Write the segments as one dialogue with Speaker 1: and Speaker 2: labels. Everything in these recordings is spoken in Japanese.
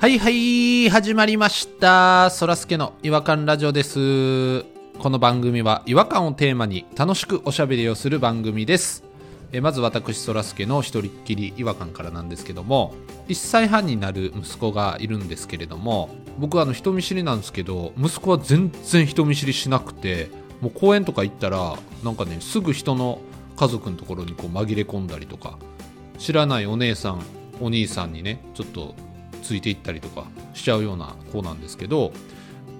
Speaker 1: はいはい、始まりました。そらすけの違和感ラジオです。この番組は違和感をテーマに楽しくおしゃべりをする番組です。えまず私、そらすけの一人っきり違和感からなんですけども、1歳半になる息子がいるんですけれども、僕はあの人見知りなんですけど、息子は全然人見知りしなくて、もう公園とか行ったら、なんかね、すぐ人の家族のところにこう紛れ込んだりとか、知らないお姉さんお兄さんにねちょっとついていったりとかしちゃうような子なんですけど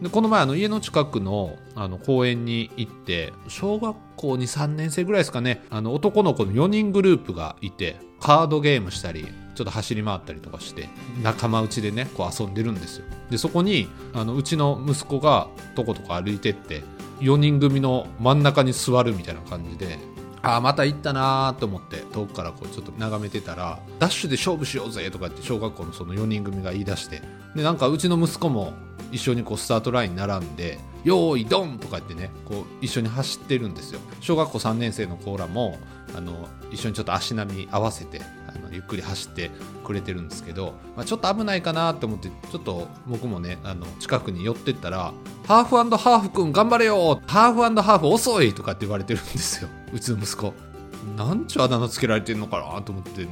Speaker 1: でこの前あの家の近くのあの公園に行って小学校23年生ぐらいですかねあの男の子の4人グループがいてカードゲームしたりちょっと走り回ったりとかして仲間内でねこう遊んでるんですよでそこにあのうちの息子がとことこ歩いてって4人組の真ん中に座るみたいな感じでああまた行ったなーと思って遠くからこうちょっと眺めてたらダッシュで勝負しようぜとかって小学校のその4人組が言い出してでなんかうちの息子も一緒にこうスタートラインに並んで「よーいドン!」とか言ってねこう一緒に走ってるんですよ小学校3年生の子らもあの一緒にちょっと足並み合わせてあのゆっくり走ってくれてるんですけど、まあ、ちょっと危ないかなと思ってちょっと僕もねあの近くに寄ってったら「ハーフハーフくん頑張れよハーフハーフ遅い!」とかって言われてるんですようちの息子。なんちゅうあだ名つけられてんのかなと思って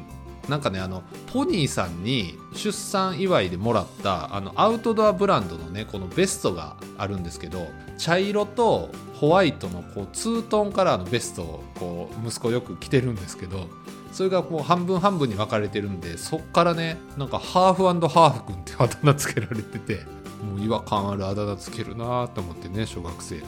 Speaker 1: なんかねあのポニーさんに出産祝いでもらったあのアウトドアブランドのねこのベストがあるんですけど茶色とホワイトのこうツートンカラーのベストをこう息子よく着てるんですけどそれがもう半分半分に分かれてるんでそっからねなんかハーフハーフくんってあだ名つけられててもう違和感あるあだ名つけるなと思ってね小学生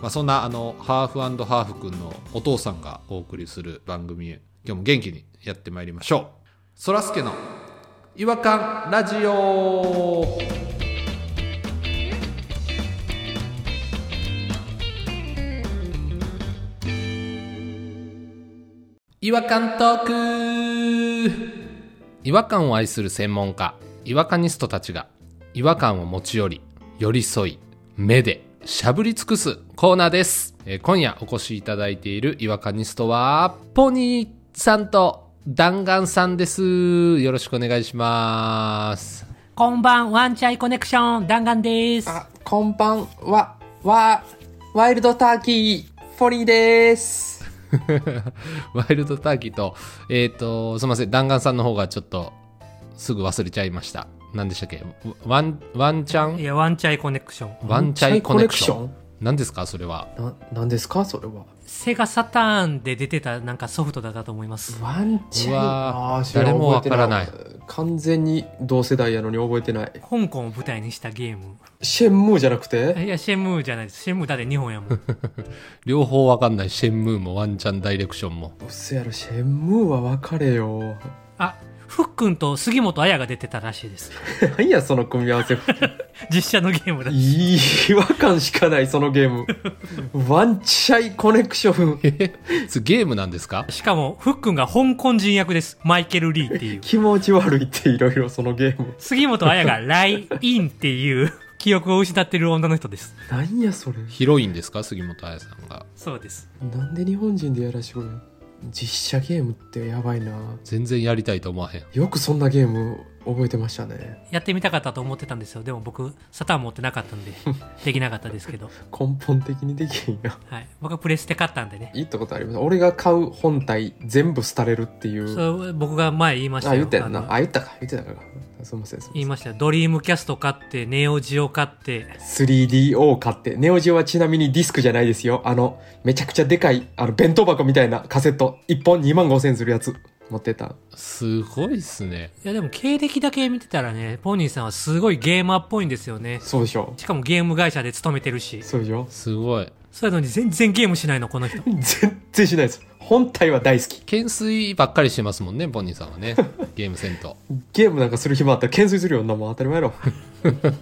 Speaker 1: まあ、そんなあのハーフハーフくんのお父さんがお送りする番組今日も元気にやってまいりましょうそらすけの「違和感ラジオ」違和感トーク違和感を愛する専門家違和感ニストたちが違和感を持ち寄り寄り添い目でしゃぶり尽くすコーナーです、えー今夜お越しいただいている違和感ニストはポニーさんと弾丸さんですよろしくお願いします
Speaker 2: こんばん、ワンチャイコネクション、弾丸です。
Speaker 3: あ、こんばんは、わ、ワイルドターキー、ポリーです。
Speaker 1: ワイルドターキーとえっ、とすみません弾丸さんの方がちょっとすぐ忘れちゃいました何でしたっけワンワンチャン
Speaker 2: いや、ワンチャイコネクション。
Speaker 1: ワンチャイコネクショ
Speaker 3: ワンチャイコネ
Speaker 1: ン何ですかそれは
Speaker 3: な、なんですかそれは。
Speaker 2: セガサターンで出てたなんかソフトだったと思います。
Speaker 3: ワンチャイ
Speaker 1: うわー
Speaker 3: あー知らん
Speaker 1: 誰もわからない
Speaker 3: 覚えて完全に同世代やのに覚えてない。
Speaker 2: 香港を舞台にしたゲーム。
Speaker 3: シェンムーじゃなくて
Speaker 2: いや、シェンムーじゃないです。シェンムーだって日本やもん。
Speaker 1: 両方わかんないシェンムーもワンチャンダイレクションも
Speaker 3: うそやろ、シェンムーは分かれよ。
Speaker 2: あ、ふっくんと杉本彩が出てたらしいです。
Speaker 3: 何や、その組み合わせ。
Speaker 2: 実写のゲームだ。
Speaker 3: いい違和感しかない、そのゲー ム。ワンチャイコネクション。。
Speaker 1: えそれゲームなんですか
Speaker 2: しかも、ふっくんが香港人役です。マイケル・リーっていう
Speaker 3: 気持ち悪いって、いろいろそのゲーム。
Speaker 2: 杉本彩がライ・インっていう記憶を失ってる女の人です。
Speaker 3: 何や、それ。
Speaker 1: ヒロインですか杉本彩さんが
Speaker 2: そうです。
Speaker 3: なんで日本人でやらしてくれん実写ゲームってやばいな
Speaker 1: 全然やりたいと思わへん
Speaker 3: よくそんなゲーム覚えてましたね
Speaker 2: やってみたかったと思ってたんですよ。でも僕、サターン持ってなかったんで、できなかったですけど。
Speaker 3: 根本的にできへんや
Speaker 2: はい。僕はプレステ買ったんでね。
Speaker 3: いいってことあります俺が買う本体全部廃れるっていう
Speaker 2: そう僕が前言いました
Speaker 3: あ
Speaker 2: よ
Speaker 3: 言ったやんな
Speaker 2: の
Speaker 3: あ言ったか言ってたからすいませんす
Speaker 2: 言
Speaker 3: い
Speaker 2: い
Speaker 3: ま
Speaker 2: ましたよドリームキャスト買ってネオジオ買って
Speaker 3: せん 3DO 買ってネオジオはちなみにディスクじゃないですよあのめちゃくちゃでかいあの弁当箱みたいなカセット1本2万5千するやつ持ってた
Speaker 1: すごいっすね
Speaker 2: いやでも経歴だけ見てたらねポニーさんはすごいゲーマーっぽいんですよね
Speaker 3: そうでしょ
Speaker 2: しかもゲーム会社で勤めてるし
Speaker 3: そうでしょ
Speaker 1: すごい
Speaker 2: そういうのに全然ゲームしないのこの人
Speaker 3: 全然しないです本体は大好き
Speaker 1: 懸垂ばっかりしてますもんねポニーさんはねゲームせんと
Speaker 3: ゲームなんかする暇あったら懸垂するよんなもん当たり前やろ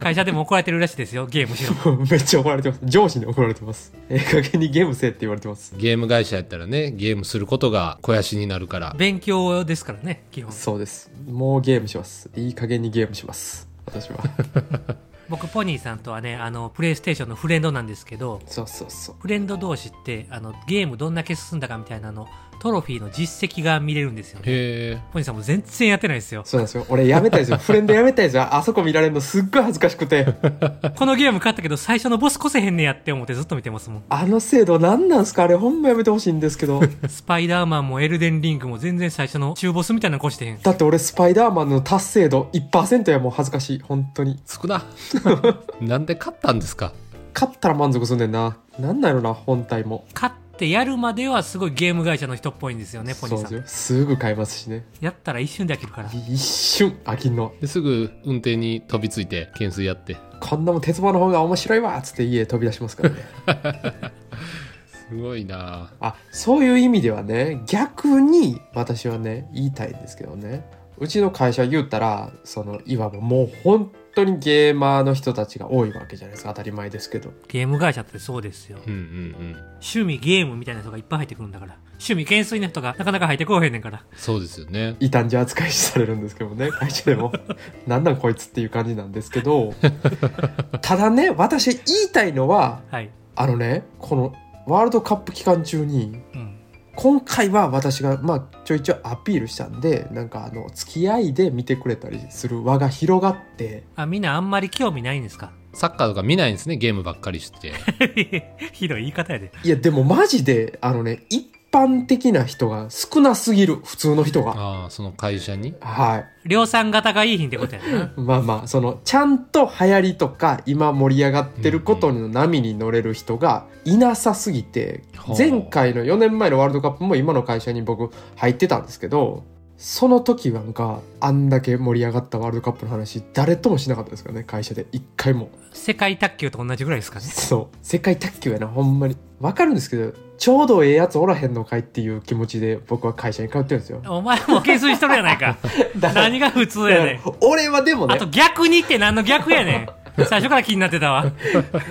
Speaker 2: 会社でも怒られてるらしいですよゲームしろ
Speaker 3: めっちゃ怒られてます。上司に怒られてます。ええ加減にゲームせえって言われてます。
Speaker 1: ゲーム会社やったらねゲームすることが肥やしになるから
Speaker 2: 勉強ですからね基本
Speaker 3: そうです。もうゲームします。いい加減にゲームします。私は。
Speaker 2: 僕ポニーさんとはねあのプレイステーションのフレンドなんですけど
Speaker 3: そうそうそう
Speaker 2: フレンド同士ってあのゲームどんだけ進んだかみたいなのトロフィーの実績が見れるんですよね
Speaker 1: へえ
Speaker 2: ポニーさんも全然やってないですよ
Speaker 3: そうなんですよ俺やめたいですよフレンドやめたいですよあそこ見られるのすっごい恥ずかしくて
Speaker 2: このゲーム勝ったけど最初のボスこせへんねやって思ってずっと見てます もん
Speaker 3: あの制度何なんすかあれほんまやめてほしいんですけど
Speaker 2: スパイダーマンもエルデンリングも全然最初の中ボスみたいなのこしてへん
Speaker 3: だって俺スパイダーマンの達成度1%やもう恥ずかしい本当に
Speaker 1: 少ななんで勝ったんですか
Speaker 3: 勝ったら満足すんねんななんなんやろな本体も
Speaker 2: 勝ってやるまではすごいゲーム会社の人っぽいんですよねポニ
Speaker 3: そう
Speaker 2: ー
Speaker 3: で
Speaker 2: さ
Speaker 3: す
Speaker 2: ん
Speaker 3: よすぐ買いますしね
Speaker 2: やったら一瞬で飽きるから
Speaker 3: 一瞬飽きんの
Speaker 1: ですぐ運転に飛びついて懸垂やって
Speaker 3: こんなもん鉄棒の方が面白いわっつって家飛び出しますからね
Speaker 1: すごいな
Speaker 3: あそういう意味ではね逆に私はね言いたいんですけどねうちの会社言ったらそのいわばもう本当にゲーマーの人たちが多いわけじゃないですか当たり前ですけど
Speaker 2: ゲーム会社ってそうですよ
Speaker 1: うんうんうん
Speaker 2: 趣味ゲームみたいな人がいっぱい入ってくるんだから趣味懸垂の人がなかなか入ってこうへんねんから
Speaker 1: そうですよね
Speaker 3: 異端児扱いされるんですけどね会社でもなんなんこいつっていう感じなんですけどただね私言いたいのは
Speaker 2: はい、
Speaker 3: あのねこのワールドカップ期間中に
Speaker 2: うん、
Speaker 3: 今回は私がまあちょいちょいアピールしたんでなんかあの付き合いで見てくれたりする輪が広がって
Speaker 2: あみんなあんまり興味ないんですか
Speaker 1: サッカーとか見ないんですねゲームばっかりして
Speaker 2: ひどい言い方やで
Speaker 3: いやでもマジであのね一般的な人が少なすぎる普通の人が
Speaker 1: ああその会社に
Speaker 3: はい
Speaker 2: 量産型がいいひんってことやな
Speaker 3: まあまあそのちゃんと流行りとか今盛り上がってることの波に乗れる人がいなさすぎて
Speaker 1: ほう
Speaker 3: 前回の4年前のワールドカップも今の会社に僕入ってたんですけどその時はなんかあんだけ盛り上がったワールドカップの話誰ともしなかったですからね会社で一回も
Speaker 2: 世界卓球と同じぐらいですかね
Speaker 3: そう世界卓球やなほんまにわかるんですけどちょうどええやつおらへんのかいっていう気持ちで僕は会社に通ってるんですよ
Speaker 2: お前も懸垂しとるやない か
Speaker 3: だから
Speaker 2: 何が普通やねん
Speaker 3: だから俺はでも
Speaker 2: あ
Speaker 3: ね
Speaker 2: と逆にって何の逆や ねん最初から気になってたわ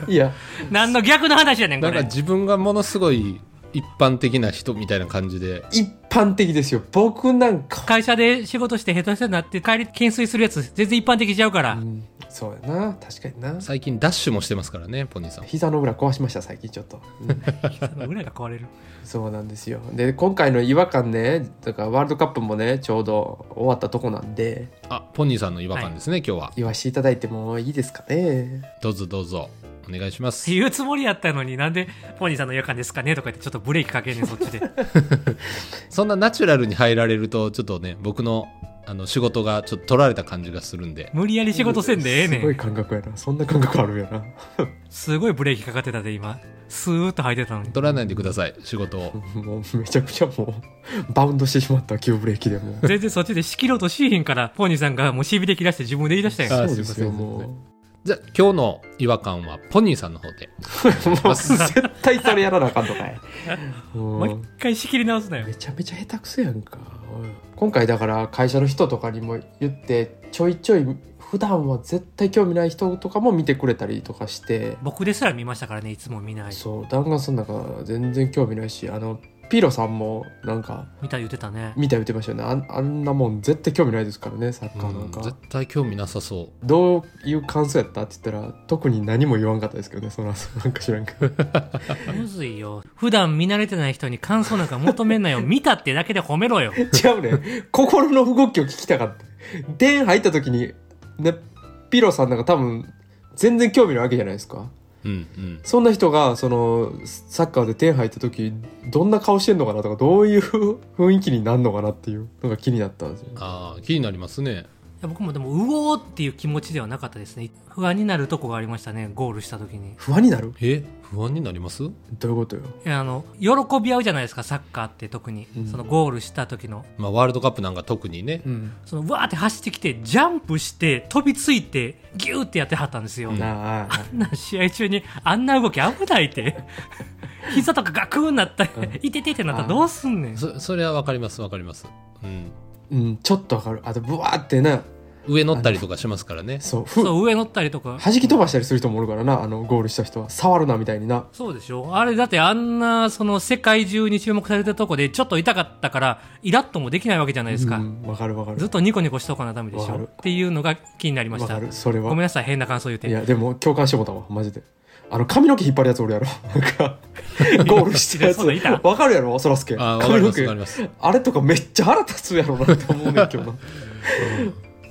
Speaker 3: いや
Speaker 2: 何の逆の話やねんこ
Speaker 1: なんか
Speaker 2: れ
Speaker 1: 自分がものすごい一般的な人みたいな感じで
Speaker 3: 一般的ですよ僕なんか
Speaker 2: 会社で仕事してヘトヘトになって帰り懸垂するやつ全然一般的ちゃうから、
Speaker 3: うんそうやな確かにな
Speaker 1: 最近ダッシュもしてますからねポニーさん
Speaker 3: 膝の裏壊しました最近ちょっと、うん
Speaker 2: 膝の裏が壊れる
Speaker 3: そうなんですよで今回の違和感ねだからワールドカップもねちょうど終わったとこなんで
Speaker 1: あポニーさんの違和感ですね、今日は
Speaker 3: 言わしていただいてもいいですかね
Speaker 1: どうぞどうぞお願いしま
Speaker 2: っ
Speaker 1: す
Speaker 2: ていうつもりやったのになんでポニーさんの予感ですかねとか言ってちょっとブレーキかけんねんそっちで
Speaker 1: そんなナチュラルに入られるとちょっとね僕のあの仕事がちょっと取られた感じがするんで
Speaker 2: 無理やり仕事せんでええね
Speaker 3: すごい
Speaker 2: ん
Speaker 3: 感覚やなそんな感覚あるやな
Speaker 2: すごいブレーキかかってたで今スーッと入ってたのに
Speaker 1: 取らないでください仕事を
Speaker 3: もうめちゃくちゃもうバウンドしてしまった急ブレーキで もう
Speaker 2: 全然そっちで仕切ろうとしひんからポニーさんがもうしびれ切らして自分で言い出したんやん
Speaker 1: あ
Speaker 3: そうですよ
Speaker 1: すいません
Speaker 3: もう
Speaker 1: すいじゃあ今日の違和感はポニーさんの方で
Speaker 3: もう絶対それやらなあかんのかい もう
Speaker 2: もう一回仕切り直すなよ
Speaker 3: めちゃめちゃ下手くそやんかおい今回だから会社の人とかにも言ってちょいちょい普段は絶対興味ない人とかも見てくれたりとかして、
Speaker 2: 僕ですら見ましたからねいつも見ない
Speaker 3: そう弾丸さんなんか全然興味ないしあのピロさんもなんか
Speaker 2: 見た言ってたね
Speaker 3: 見た言ってましたよねあんあんなもん絶対興味ないですからねサッカーなん
Speaker 1: うん
Speaker 3: か、
Speaker 1: 絶対興味なさそう
Speaker 3: どういう感想やったって言ったら特に何も言わんかったですけどねその後なんか知らんけど
Speaker 2: むずいよ普段見慣れてない人に感想なんか求めんなよ見たってだけで褒めろよ
Speaker 3: 違うね心の動きを聞きたかった電入った時にねピロさんなんか多分全然興味ないわけじゃないですか
Speaker 1: うんうん
Speaker 3: そんな人がそのサッカーで点入った時どんな顔してんのかなとかどう いう雰囲気になるのかなっていうのが気になったんですよ
Speaker 1: ああ気になりますね
Speaker 2: いや僕もでもうおーっていう気持ちではなかったですね不安になるとこがありましたねゴールした時に
Speaker 3: 不安になる
Speaker 1: え不安になります
Speaker 3: どういうことよ
Speaker 2: いやあの喜び合うじゃないですかサッカーって特に、
Speaker 3: うん
Speaker 2: そのゴールした時の
Speaker 1: まあワールドカップなんか特にね
Speaker 3: うん
Speaker 2: そのわーって走ってきてジャンプして飛びついてギューってやってはったんですよ、
Speaker 1: うん
Speaker 2: あ
Speaker 3: なああ
Speaker 2: んな試合中にあんな動き危ないって膝とかガクーンなったり、いててってなったらどうすんねん
Speaker 1: そそれはわかりますわかりますうん
Speaker 3: うんちょっとわかるあとブワーってな
Speaker 1: 上乗ったりとかしますからね
Speaker 3: そうふ
Speaker 2: そう、上乗ったりとか。
Speaker 3: 弾き飛ばしたりする人もおるからなあのゴールした人は触るなみたいにな
Speaker 2: そうでしょあれだってあんな、その世界中に注目されたとこでちょっと痛かったから、イラッともできないわけじゃないですか。
Speaker 3: うんわかるわか
Speaker 2: ずっ
Speaker 3: る
Speaker 2: とニコニコしとかなダメでしょ
Speaker 3: わかる
Speaker 2: っていうのが気になりまし
Speaker 3: わ
Speaker 2: た
Speaker 3: か。るそれは
Speaker 2: ごめんなさい、変な感想言う
Speaker 3: い
Speaker 2: て。
Speaker 3: やでも共感してもうたわマジであの髪の毛引っ張るやつおるやろ なんかゴールしたやつ
Speaker 2: そうだいた
Speaker 3: わかるやろそらすけ
Speaker 1: あわかりますわかり
Speaker 3: の
Speaker 1: ます
Speaker 3: あれとかめっちゃ腹立つやろなって思うねんけどなだから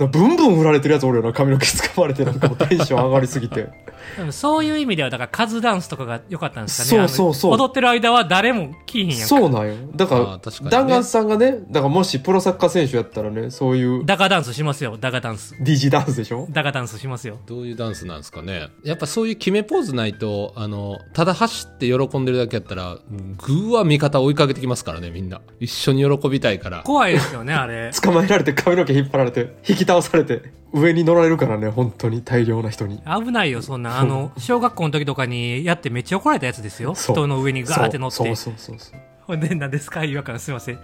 Speaker 3: ブンブン振られてるやつおるやろ髪の毛掴まれてなんかもうテンション上がりすぎて
Speaker 2: でもそういう意味では、だからカズダンスとかが良かったんですかね。
Speaker 3: そう
Speaker 2: あの
Speaker 3: そうそう
Speaker 2: 踊ってる間は誰も聞いへんやんか。
Speaker 3: そうなんよだ
Speaker 1: あ
Speaker 3: か
Speaker 1: ー
Speaker 3: ら
Speaker 1: 確かにね
Speaker 3: 弾丸さんがねだからもしプロサッカー選手やったらねそういう
Speaker 2: ダガダンスしますよ、ダガダンス。
Speaker 3: DG ダンスでしょ
Speaker 2: ダガダンスしますよ。
Speaker 1: どういうダンスなんですかねやっぱそういう決めポーズないとあのただ走って喜んでるだけやったらぐわ味方追いかけてきますからねみんな一緒に喜びたいから
Speaker 2: 怖いですよね、あれ。
Speaker 3: 捕まえられて髪の毛引っ張られて引き倒されて上に乗られるからね本当に大量な人に
Speaker 2: 危ないよ、そんな。あの、小学校の時とかにやってめっちゃ怒られたやつですよ。
Speaker 3: そう
Speaker 2: 人の上にガーって乗っ
Speaker 3: そう
Speaker 2: て。
Speaker 3: そうそうそうそう
Speaker 2: ほんで、何ですか違和感すいません。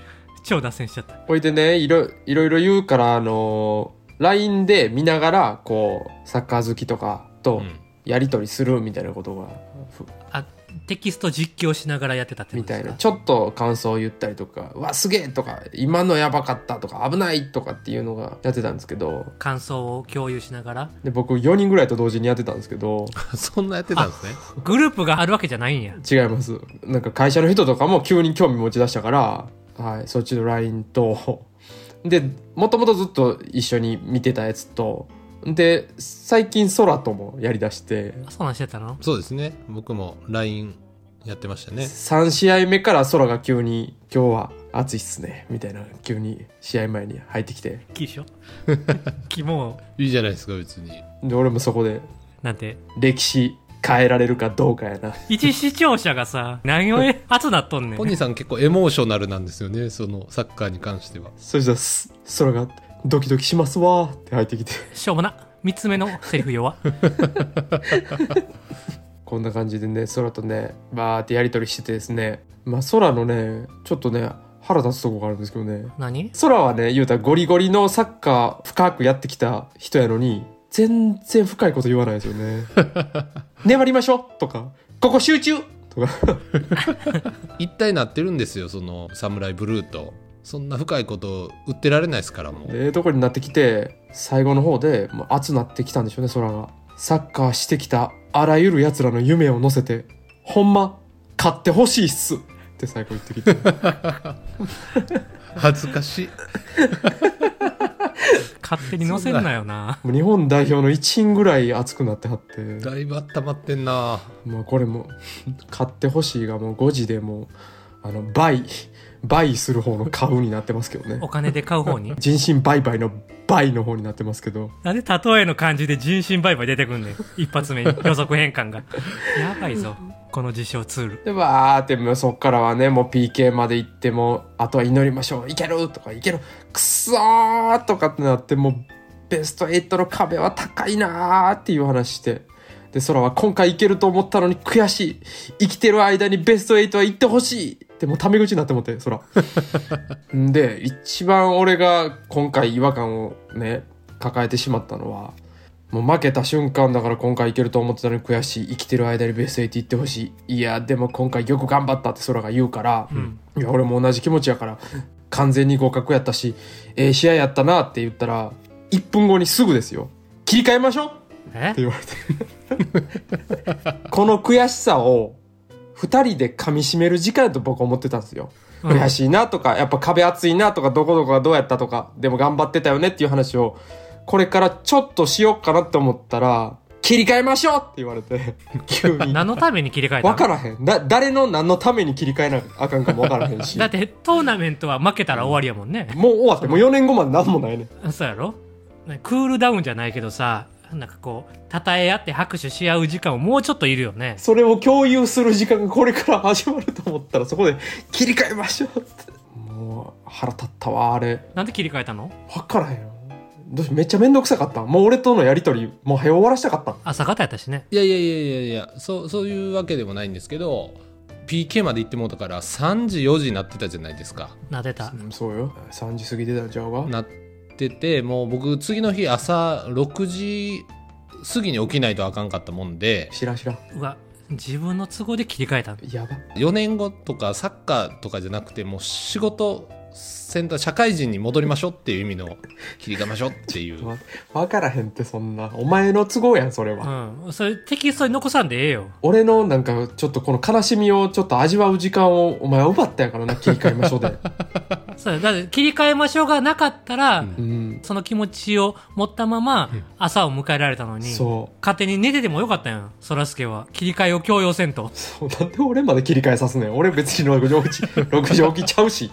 Speaker 2: 超脱線しちゃった。
Speaker 3: ほいでねいろいろいろ言うからあのー LINE で見ながらこうサッカー好きとか
Speaker 1: う
Speaker 3: と
Speaker 1: ん
Speaker 3: やり取りするみたいなことが、ふ
Speaker 2: あ、テキスト実況しながらやってたってこ
Speaker 3: み
Speaker 2: とで
Speaker 3: た
Speaker 2: す
Speaker 3: い
Speaker 2: か
Speaker 3: なちょっと感想を言ったりとか「うわすげえ!」とか「今のやばかった!」とか「危ない!」とかっていうのがやってたんですけど
Speaker 2: 感想を共有しながら。
Speaker 3: で僕4人ぐらいと同時にやってたんですけど
Speaker 1: そんなやってたんですね
Speaker 2: グループがあるわけじゃないんや。
Speaker 3: 違いますなんか会社の人とかも急に興味持ち出したから、はい、そっちの LINE とでもともとずっと一緒に見てたやつとで最近空ともやりだして
Speaker 2: あそうなんしてたの
Speaker 1: そうですね僕も LINE やってましたね
Speaker 3: 3試合目から空が急に「今日は暑いっすね」みたいな急に試合前に入ってきて
Speaker 2: キーショキモ
Speaker 1: いいじゃないですか別に
Speaker 3: で俺もそこで
Speaker 2: なんて。
Speaker 3: 歴史変えられるかどうかやな
Speaker 2: 一視聴者がさ、何をえ熱なっとんね
Speaker 1: ポニ
Speaker 2: ん。
Speaker 1: ーさん結構エモーショナルなんですよねそのサッカーに関しては
Speaker 3: そしたらす空が「ドキドキしますわ」って入ってきて
Speaker 2: しょうもな。三つ目のセリフ弱。
Speaker 3: こんな感じでね空とねバーってやり取りしててですねまあ空のねちょっとね腹立つとこがあるんですけどね
Speaker 2: 何
Speaker 3: 空はね言うたらゴリゴリのサッカー深くやってきた人やのに全然深いこと言わないですよね粘りましょうとかここ集中とか
Speaker 1: 一体なってるんですよそのサムライブルーとそんな深いこと売ってられないですからもう
Speaker 3: ええとこになってきて最後の方でもう熱なってきたんでしょうね空がサッカーしてきたあらゆる奴らの夢を乗せてほんま買ってほしいっすって最後言ってきて
Speaker 1: 恥ずかしい
Speaker 2: 勝手に載せんなよな。
Speaker 3: もう日本代表の一員ぐらい熱くなってはって
Speaker 1: だいぶ温まってんな
Speaker 3: まあこれも買ってほしいがもう5時でもうあの倍倍する方の買うになってますけどね
Speaker 2: お金で買う方に。
Speaker 3: 人身売買の倍の方になってますけど
Speaker 2: なんで例えの感じで人身売買出てくんねん。一発目に予測変換が。やばいぞ。この実証ツール。
Speaker 3: でわーってもうそっからはねもう PK まで行ってもあとは祈りましょういけるとかいけるくそーとかってなってもうベスト8の壁は高いなーっていう話してで空は今回いけると思ったのに悔しい生きてる間にベスト8は行ってほしいでもうタメ口になってもって空んで一番俺が今回違和感をね抱えてしまったのはもう負けた瞬間だから今回いけると思ってたのに悔しい生きてる間にベスト8行ってほしいいやでも今回よく頑張ったって空が言うから、
Speaker 2: ん
Speaker 3: いや俺も同じ気持ちやから完全に合格やったしええ試合やったなって言ったら1分後にすぐですよ切り替えましょうって
Speaker 2: え
Speaker 3: 言われて この悔しさを2人で噛みしめる時間やと僕は思ってたんですよ
Speaker 2: うん
Speaker 3: 悔しいなとかやっぱ壁厚いなとかどこどこがどうやったとかでも頑張ってたよねっていう話をこれからちょっとしようかなって思ったら切り替えましょうって言われて急に
Speaker 2: 何のために切り替えた
Speaker 3: 分か
Speaker 2: の
Speaker 3: らへんな誰の何のために切り替えなあかんかも分からへんし
Speaker 2: だってトーナメントは負けたら終わりやもんね。
Speaker 3: もう終わってもう4年後まで何もないねん
Speaker 2: そうやろねクールダウンじゃないけどさ、なんかこう、称え合って拍手し合う時間ももうちょっといるよね。
Speaker 3: それを共有する時間がこれから始まると思ったらそこで切り替えましょうってもう腹立ったわあれ
Speaker 2: なんで切り替えたの
Speaker 3: 分からへんよどうしめっちゃ面倒くさかったもう俺とのやり取りもう早終わらしたかった
Speaker 2: 朝方やったしね。
Speaker 1: いやいやいやいやいやそうそういうわけでもないんですけど PK まで行ってもうたから3時4時になってたじゃないですか
Speaker 2: 撫でた。
Speaker 3: うんそうよ3時過ぎてたんちゃうが
Speaker 1: なっっててもう僕次の日朝6時過ぎに起きないとあかんかったもんで
Speaker 3: 知らん知らん
Speaker 2: うわ自分の都合で切り替えた
Speaker 3: やば
Speaker 1: 4年後とかサッカーとかじゃなくてもう仕事センター社会人に戻りましょうっていう意味の切り替えましょうって いう
Speaker 3: 分からへんってそんなお前の都合やんそれは、
Speaker 2: うんそれテキストに残さんでええよ
Speaker 3: 俺のなんかちょっとこの悲しみをちょっと味わう時間をお前は奪ったやからな切り替えましょうで
Speaker 2: そうだって切り替えましょうがなかったら、
Speaker 1: うん
Speaker 3: うん
Speaker 2: その気持ちを持ったまま
Speaker 1: うん
Speaker 2: 朝を迎えられたのに、
Speaker 3: そ
Speaker 2: 勝手に寝ててもよかったやんそらすけは切り替えを強要せんと
Speaker 3: うそうなんで俺まで切り替えさすねん俺別に6時起き 6時起きちゃうし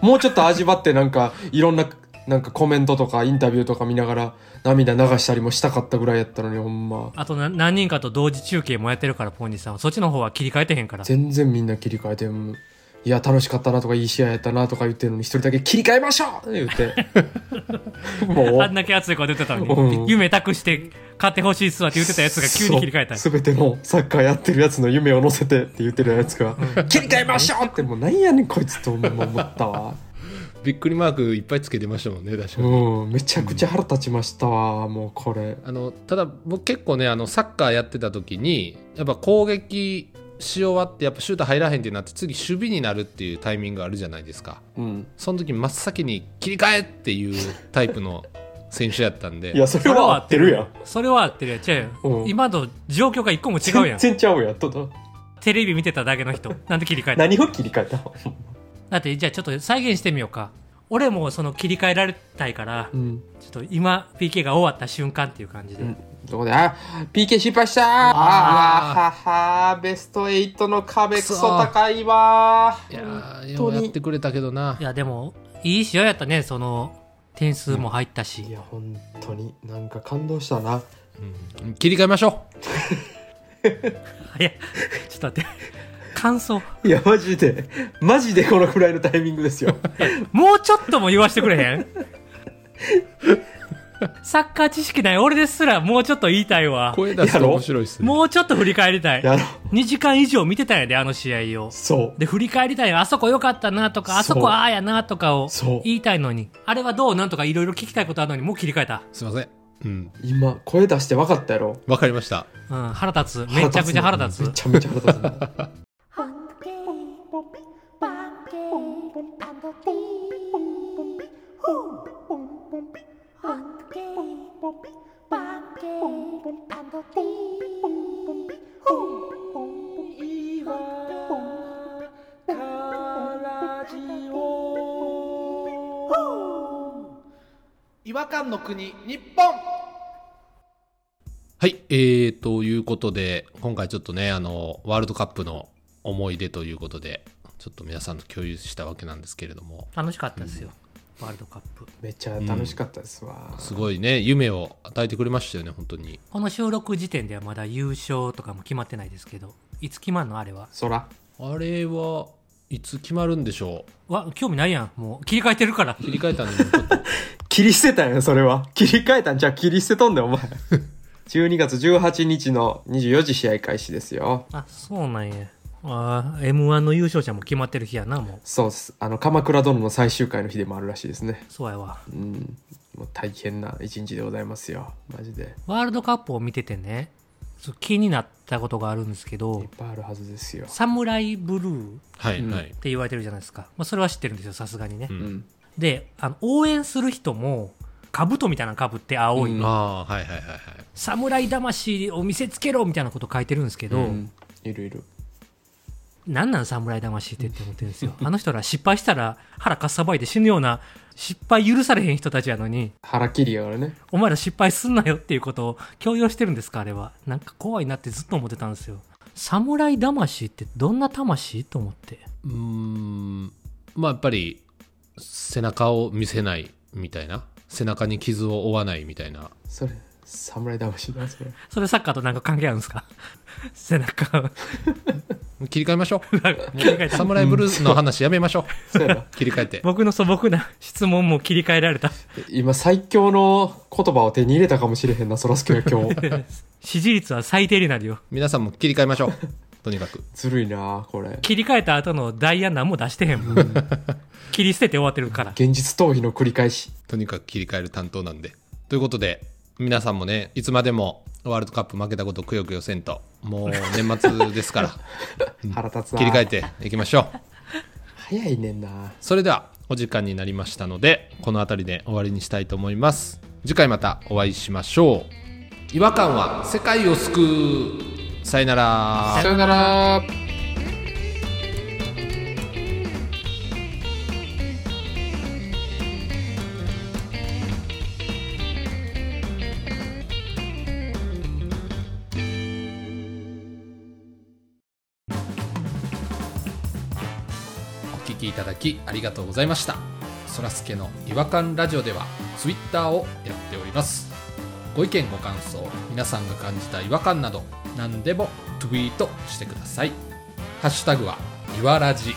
Speaker 3: もうちょっと味わってなんかいろんななんかコメントとかインタビューとか見ながら涙流したりもしたかったぐらいやったのにほんま
Speaker 2: あとな何人かと同時中継もやってるからポンジさんはそっちの方は切り替えてへんから
Speaker 3: 全然みんな切り替えてうんいや楽しかったなとかいい試合やったなとか言ってるのに一人だけ切り替えましょうって言 っても
Speaker 2: あん
Speaker 3: う
Speaker 2: だけ熱い声出てたのに、
Speaker 3: うん
Speaker 2: 夢託して買ってほしいっすわって言ってたやつが急に切り替えた
Speaker 3: そう全てのサッカーやってるやつの夢を乗せてって言ってるやつが「切り替えましょう!」ってもうなんやねんこいつと思ったわ
Speaker 1: びっくりマークいっぱいつけてましたもんね確かに、
Speaker 3: うんめちゃくちゃ腹立ちましたわもうこれ
Speaker 1: あのただ僕結構ねあのサッカーやってた時にやっぱ攻撃し終わってやっぱシュート入らへんってなって次守備になるっていうタイミングあるじゃないですか
Speaker 3: うん
Speaker 1: その時真っ先に切り替えっていうタイプの選手やったんで
Speaker 3: いやそれは合ってるやん
Speaker 2: それは合ってるやん違うよ、
Speaker 3: うん
Speaker 2: 今の状況が一個も違うや
Speaker 3: 全
Speaker 2: ん
Speaker 3: 然ちゃうやんとと
Speaker 2: テレビ見てただけの人なんで切り替えた
Speaker 3: 何を切り替えたの
Speaker 2: だってじゃあちょっと再現してみようか俺もその切り替えられたいから、
Speaker 3: うん
Speaker 2: ちょっと今 PK が終わった瞬間っていう感じで、
Speaker 3: うんそこで「あ PK 失敗したーあーははーベスト8の壁ク
Speaker 1: くそー
Speaker 3: ソ高いわー
Speaker 1: いやー
Speaker 3: 本当に
Speaker 1: やってくれたけどない
Speaker 2: やでもいい試合やったねその点数も入ったし、
Speaker 3: いや本当になんか感動したな
Speaker 1: うん切り替えましょ
Speaker 2: いや ちょっと待って感想
Speaker 3: いやマジでマジでこのくらいのタイミング ですよ
Speaker 2: もうちょっとも言わしてくれへん サッカー知識ない俺ですらもうちょっと言いたいうわ
Speaker 1: 声出すと面白いっすね
Speaker 2: もうちょっと振り返りたい
Speaker 3: やろ
Speaker 2: 2時間以上見てたんやであの試合を
Speaker 3: そう
Speaker 2: で振り返りたいよあそこ良かったなとかあそ
Speaker 3: そう
Speaker 2: こああやなとかを
Speaker 3: そう
Speaker 2: 言いたいのにあれはどうなんとかいろいろ聞きたいことあるのにもう切り替えた、
Speaker 1: すいませんうん
Speaker 3: 今声出して分かったやろ
Speaker 1: わかりました
Speaker 2: うん、腹立つめちゃくちゃ腹立つ
Speaker 3: めちゃめちゃ腹立つ な
Speaker 4: Hunky,
Speaker 5: 違和感の国日本
Speaker 1: はい、えー、ということで、今回ちょっとね、あの、ワールドカップの思い出ということで、ちょっと皆さんと共有したわけなんですけれども、
Speaker 2: 楽しかったですよ、ワールドカップ
Speaker 3: めっちゃ楽しかったですわ、
Speaker 1: すごいね、夢を与えてくれましたよね、本当に。
Speaker 2: この収録時点ではまだ優勝とかも決まってないですけどいつ決まんのあれは
Speaker 3: そら
Speaker 1: あれはいつ決まるんでしょ
Speaker 2: うわ興味ないやんもう切り替えてるから
Speaker 1: う切り替えたんで、もうちょっと。
Speaker 3: 切り捨てたんやそれは切り替えたんじゃあ切り捨てとんねん お前12月18日の24時試合開始ですよ
Speaker 2: あそうなんやあ m 1の優勝者も決まってる日やなもう
Speaker 3: そうですあの鎌倉殿の最終回の日でもあるらしいですね
Speaker 2: そうやわ
Speaker 3: うんもう大変な一日でございますよマジで
Speaker 2: ワールドカップを見ててねそう気になったことがあるんですけ
Speaker 3: い
Speaker 2: ど
Speaker 3: っぱいあるはずですよ
Speaker 2: サムライブルーっ
Speaker 1: はい、
Speaker 3: うん
Speaker 1: はい。
Speaker 2: て言われてるじゃないですか、まあ、それは知ってるんですよさすがにね、
Speaker 1: うん
Speaker 3: うん
Speaker 2: であの応援する人も兜みたいなの被って青い、
Speaker 3: うん
Speaker 1: ああ、はいはいはいはい。
Speaker 2: 侍魂を見せつけろみたいなこと書いてるんですけど、
Speaker 3: うんいるいる
Speaker 2: なんなん侍魂ってって思ってるんですよ。あの人ら失敗したら腹かっさばいて死ぬような失敗許されへん人たちやのに、
Speaker 3: 腹切りやからね
Speaker 2: お前ら失敗すんなよっていうことを強要してるんですかあれは。なんか怖いなってずっと思ってたんですよ。侍魂ってどんな魂と思って。
Speaker 1: うーん、まあやっぱり、背中を見せないみたいな、背中に傷を負わないみたいな。
Speaker 3: それ侍魂だそれ
Speaker 2: それサッカーとなんか関係あるんですか 背中。
Speaker 1: 切り替えましょう。
Speaker 2: 切り替えた
Speaker 1: サムライブルースの話やめましょ
Speaker 3: そうやな
Speaker 1: う。切り替えて。
Speaker 2: 僕の素朴な質問も切り替えられた。
Speaker 3: 今最強の言葉を手に入れたかもしれへんなそらすけが今日
Speaker 2: 支持率は最低になるよ。
Speaker 1: 皆さんも切り替えましょう。 とにかく
Speaker 3: ずるいなこれ
Speaker 2: 切り替えた後のダイヤ何も出してへんもん 切り捨てて終わってるから
Speaker 3: 現実逃避の繰り返し
Speaker 1: とにかく切り替える担当なんでということで皆さんもねいつまでもワールドカップ負けたことくよくよせんともう年末です から
Speaker 3: 腹立つな
Speaker 1: 切り替えていきましょう
Speaker 3: 早いねんな
Speaker 1: それではお時間になりましたのでこの辺りで終わりにしたいと思います次回またお会いしましょう違和感は世界を救うさよなら
Speaker 3: さよなら
Speaker 1: お聞きいただきありがとうございましたそらすけの違和感ラジオではツイッターをやっておりますご意見ご感想皆さんが感じた違和感など何でもツイートしてくださいハッシュタグはいわらじ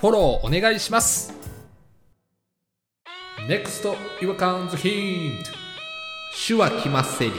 Speaker 1: フォローお願いします NEXT 違和感ズヒント手話気ませり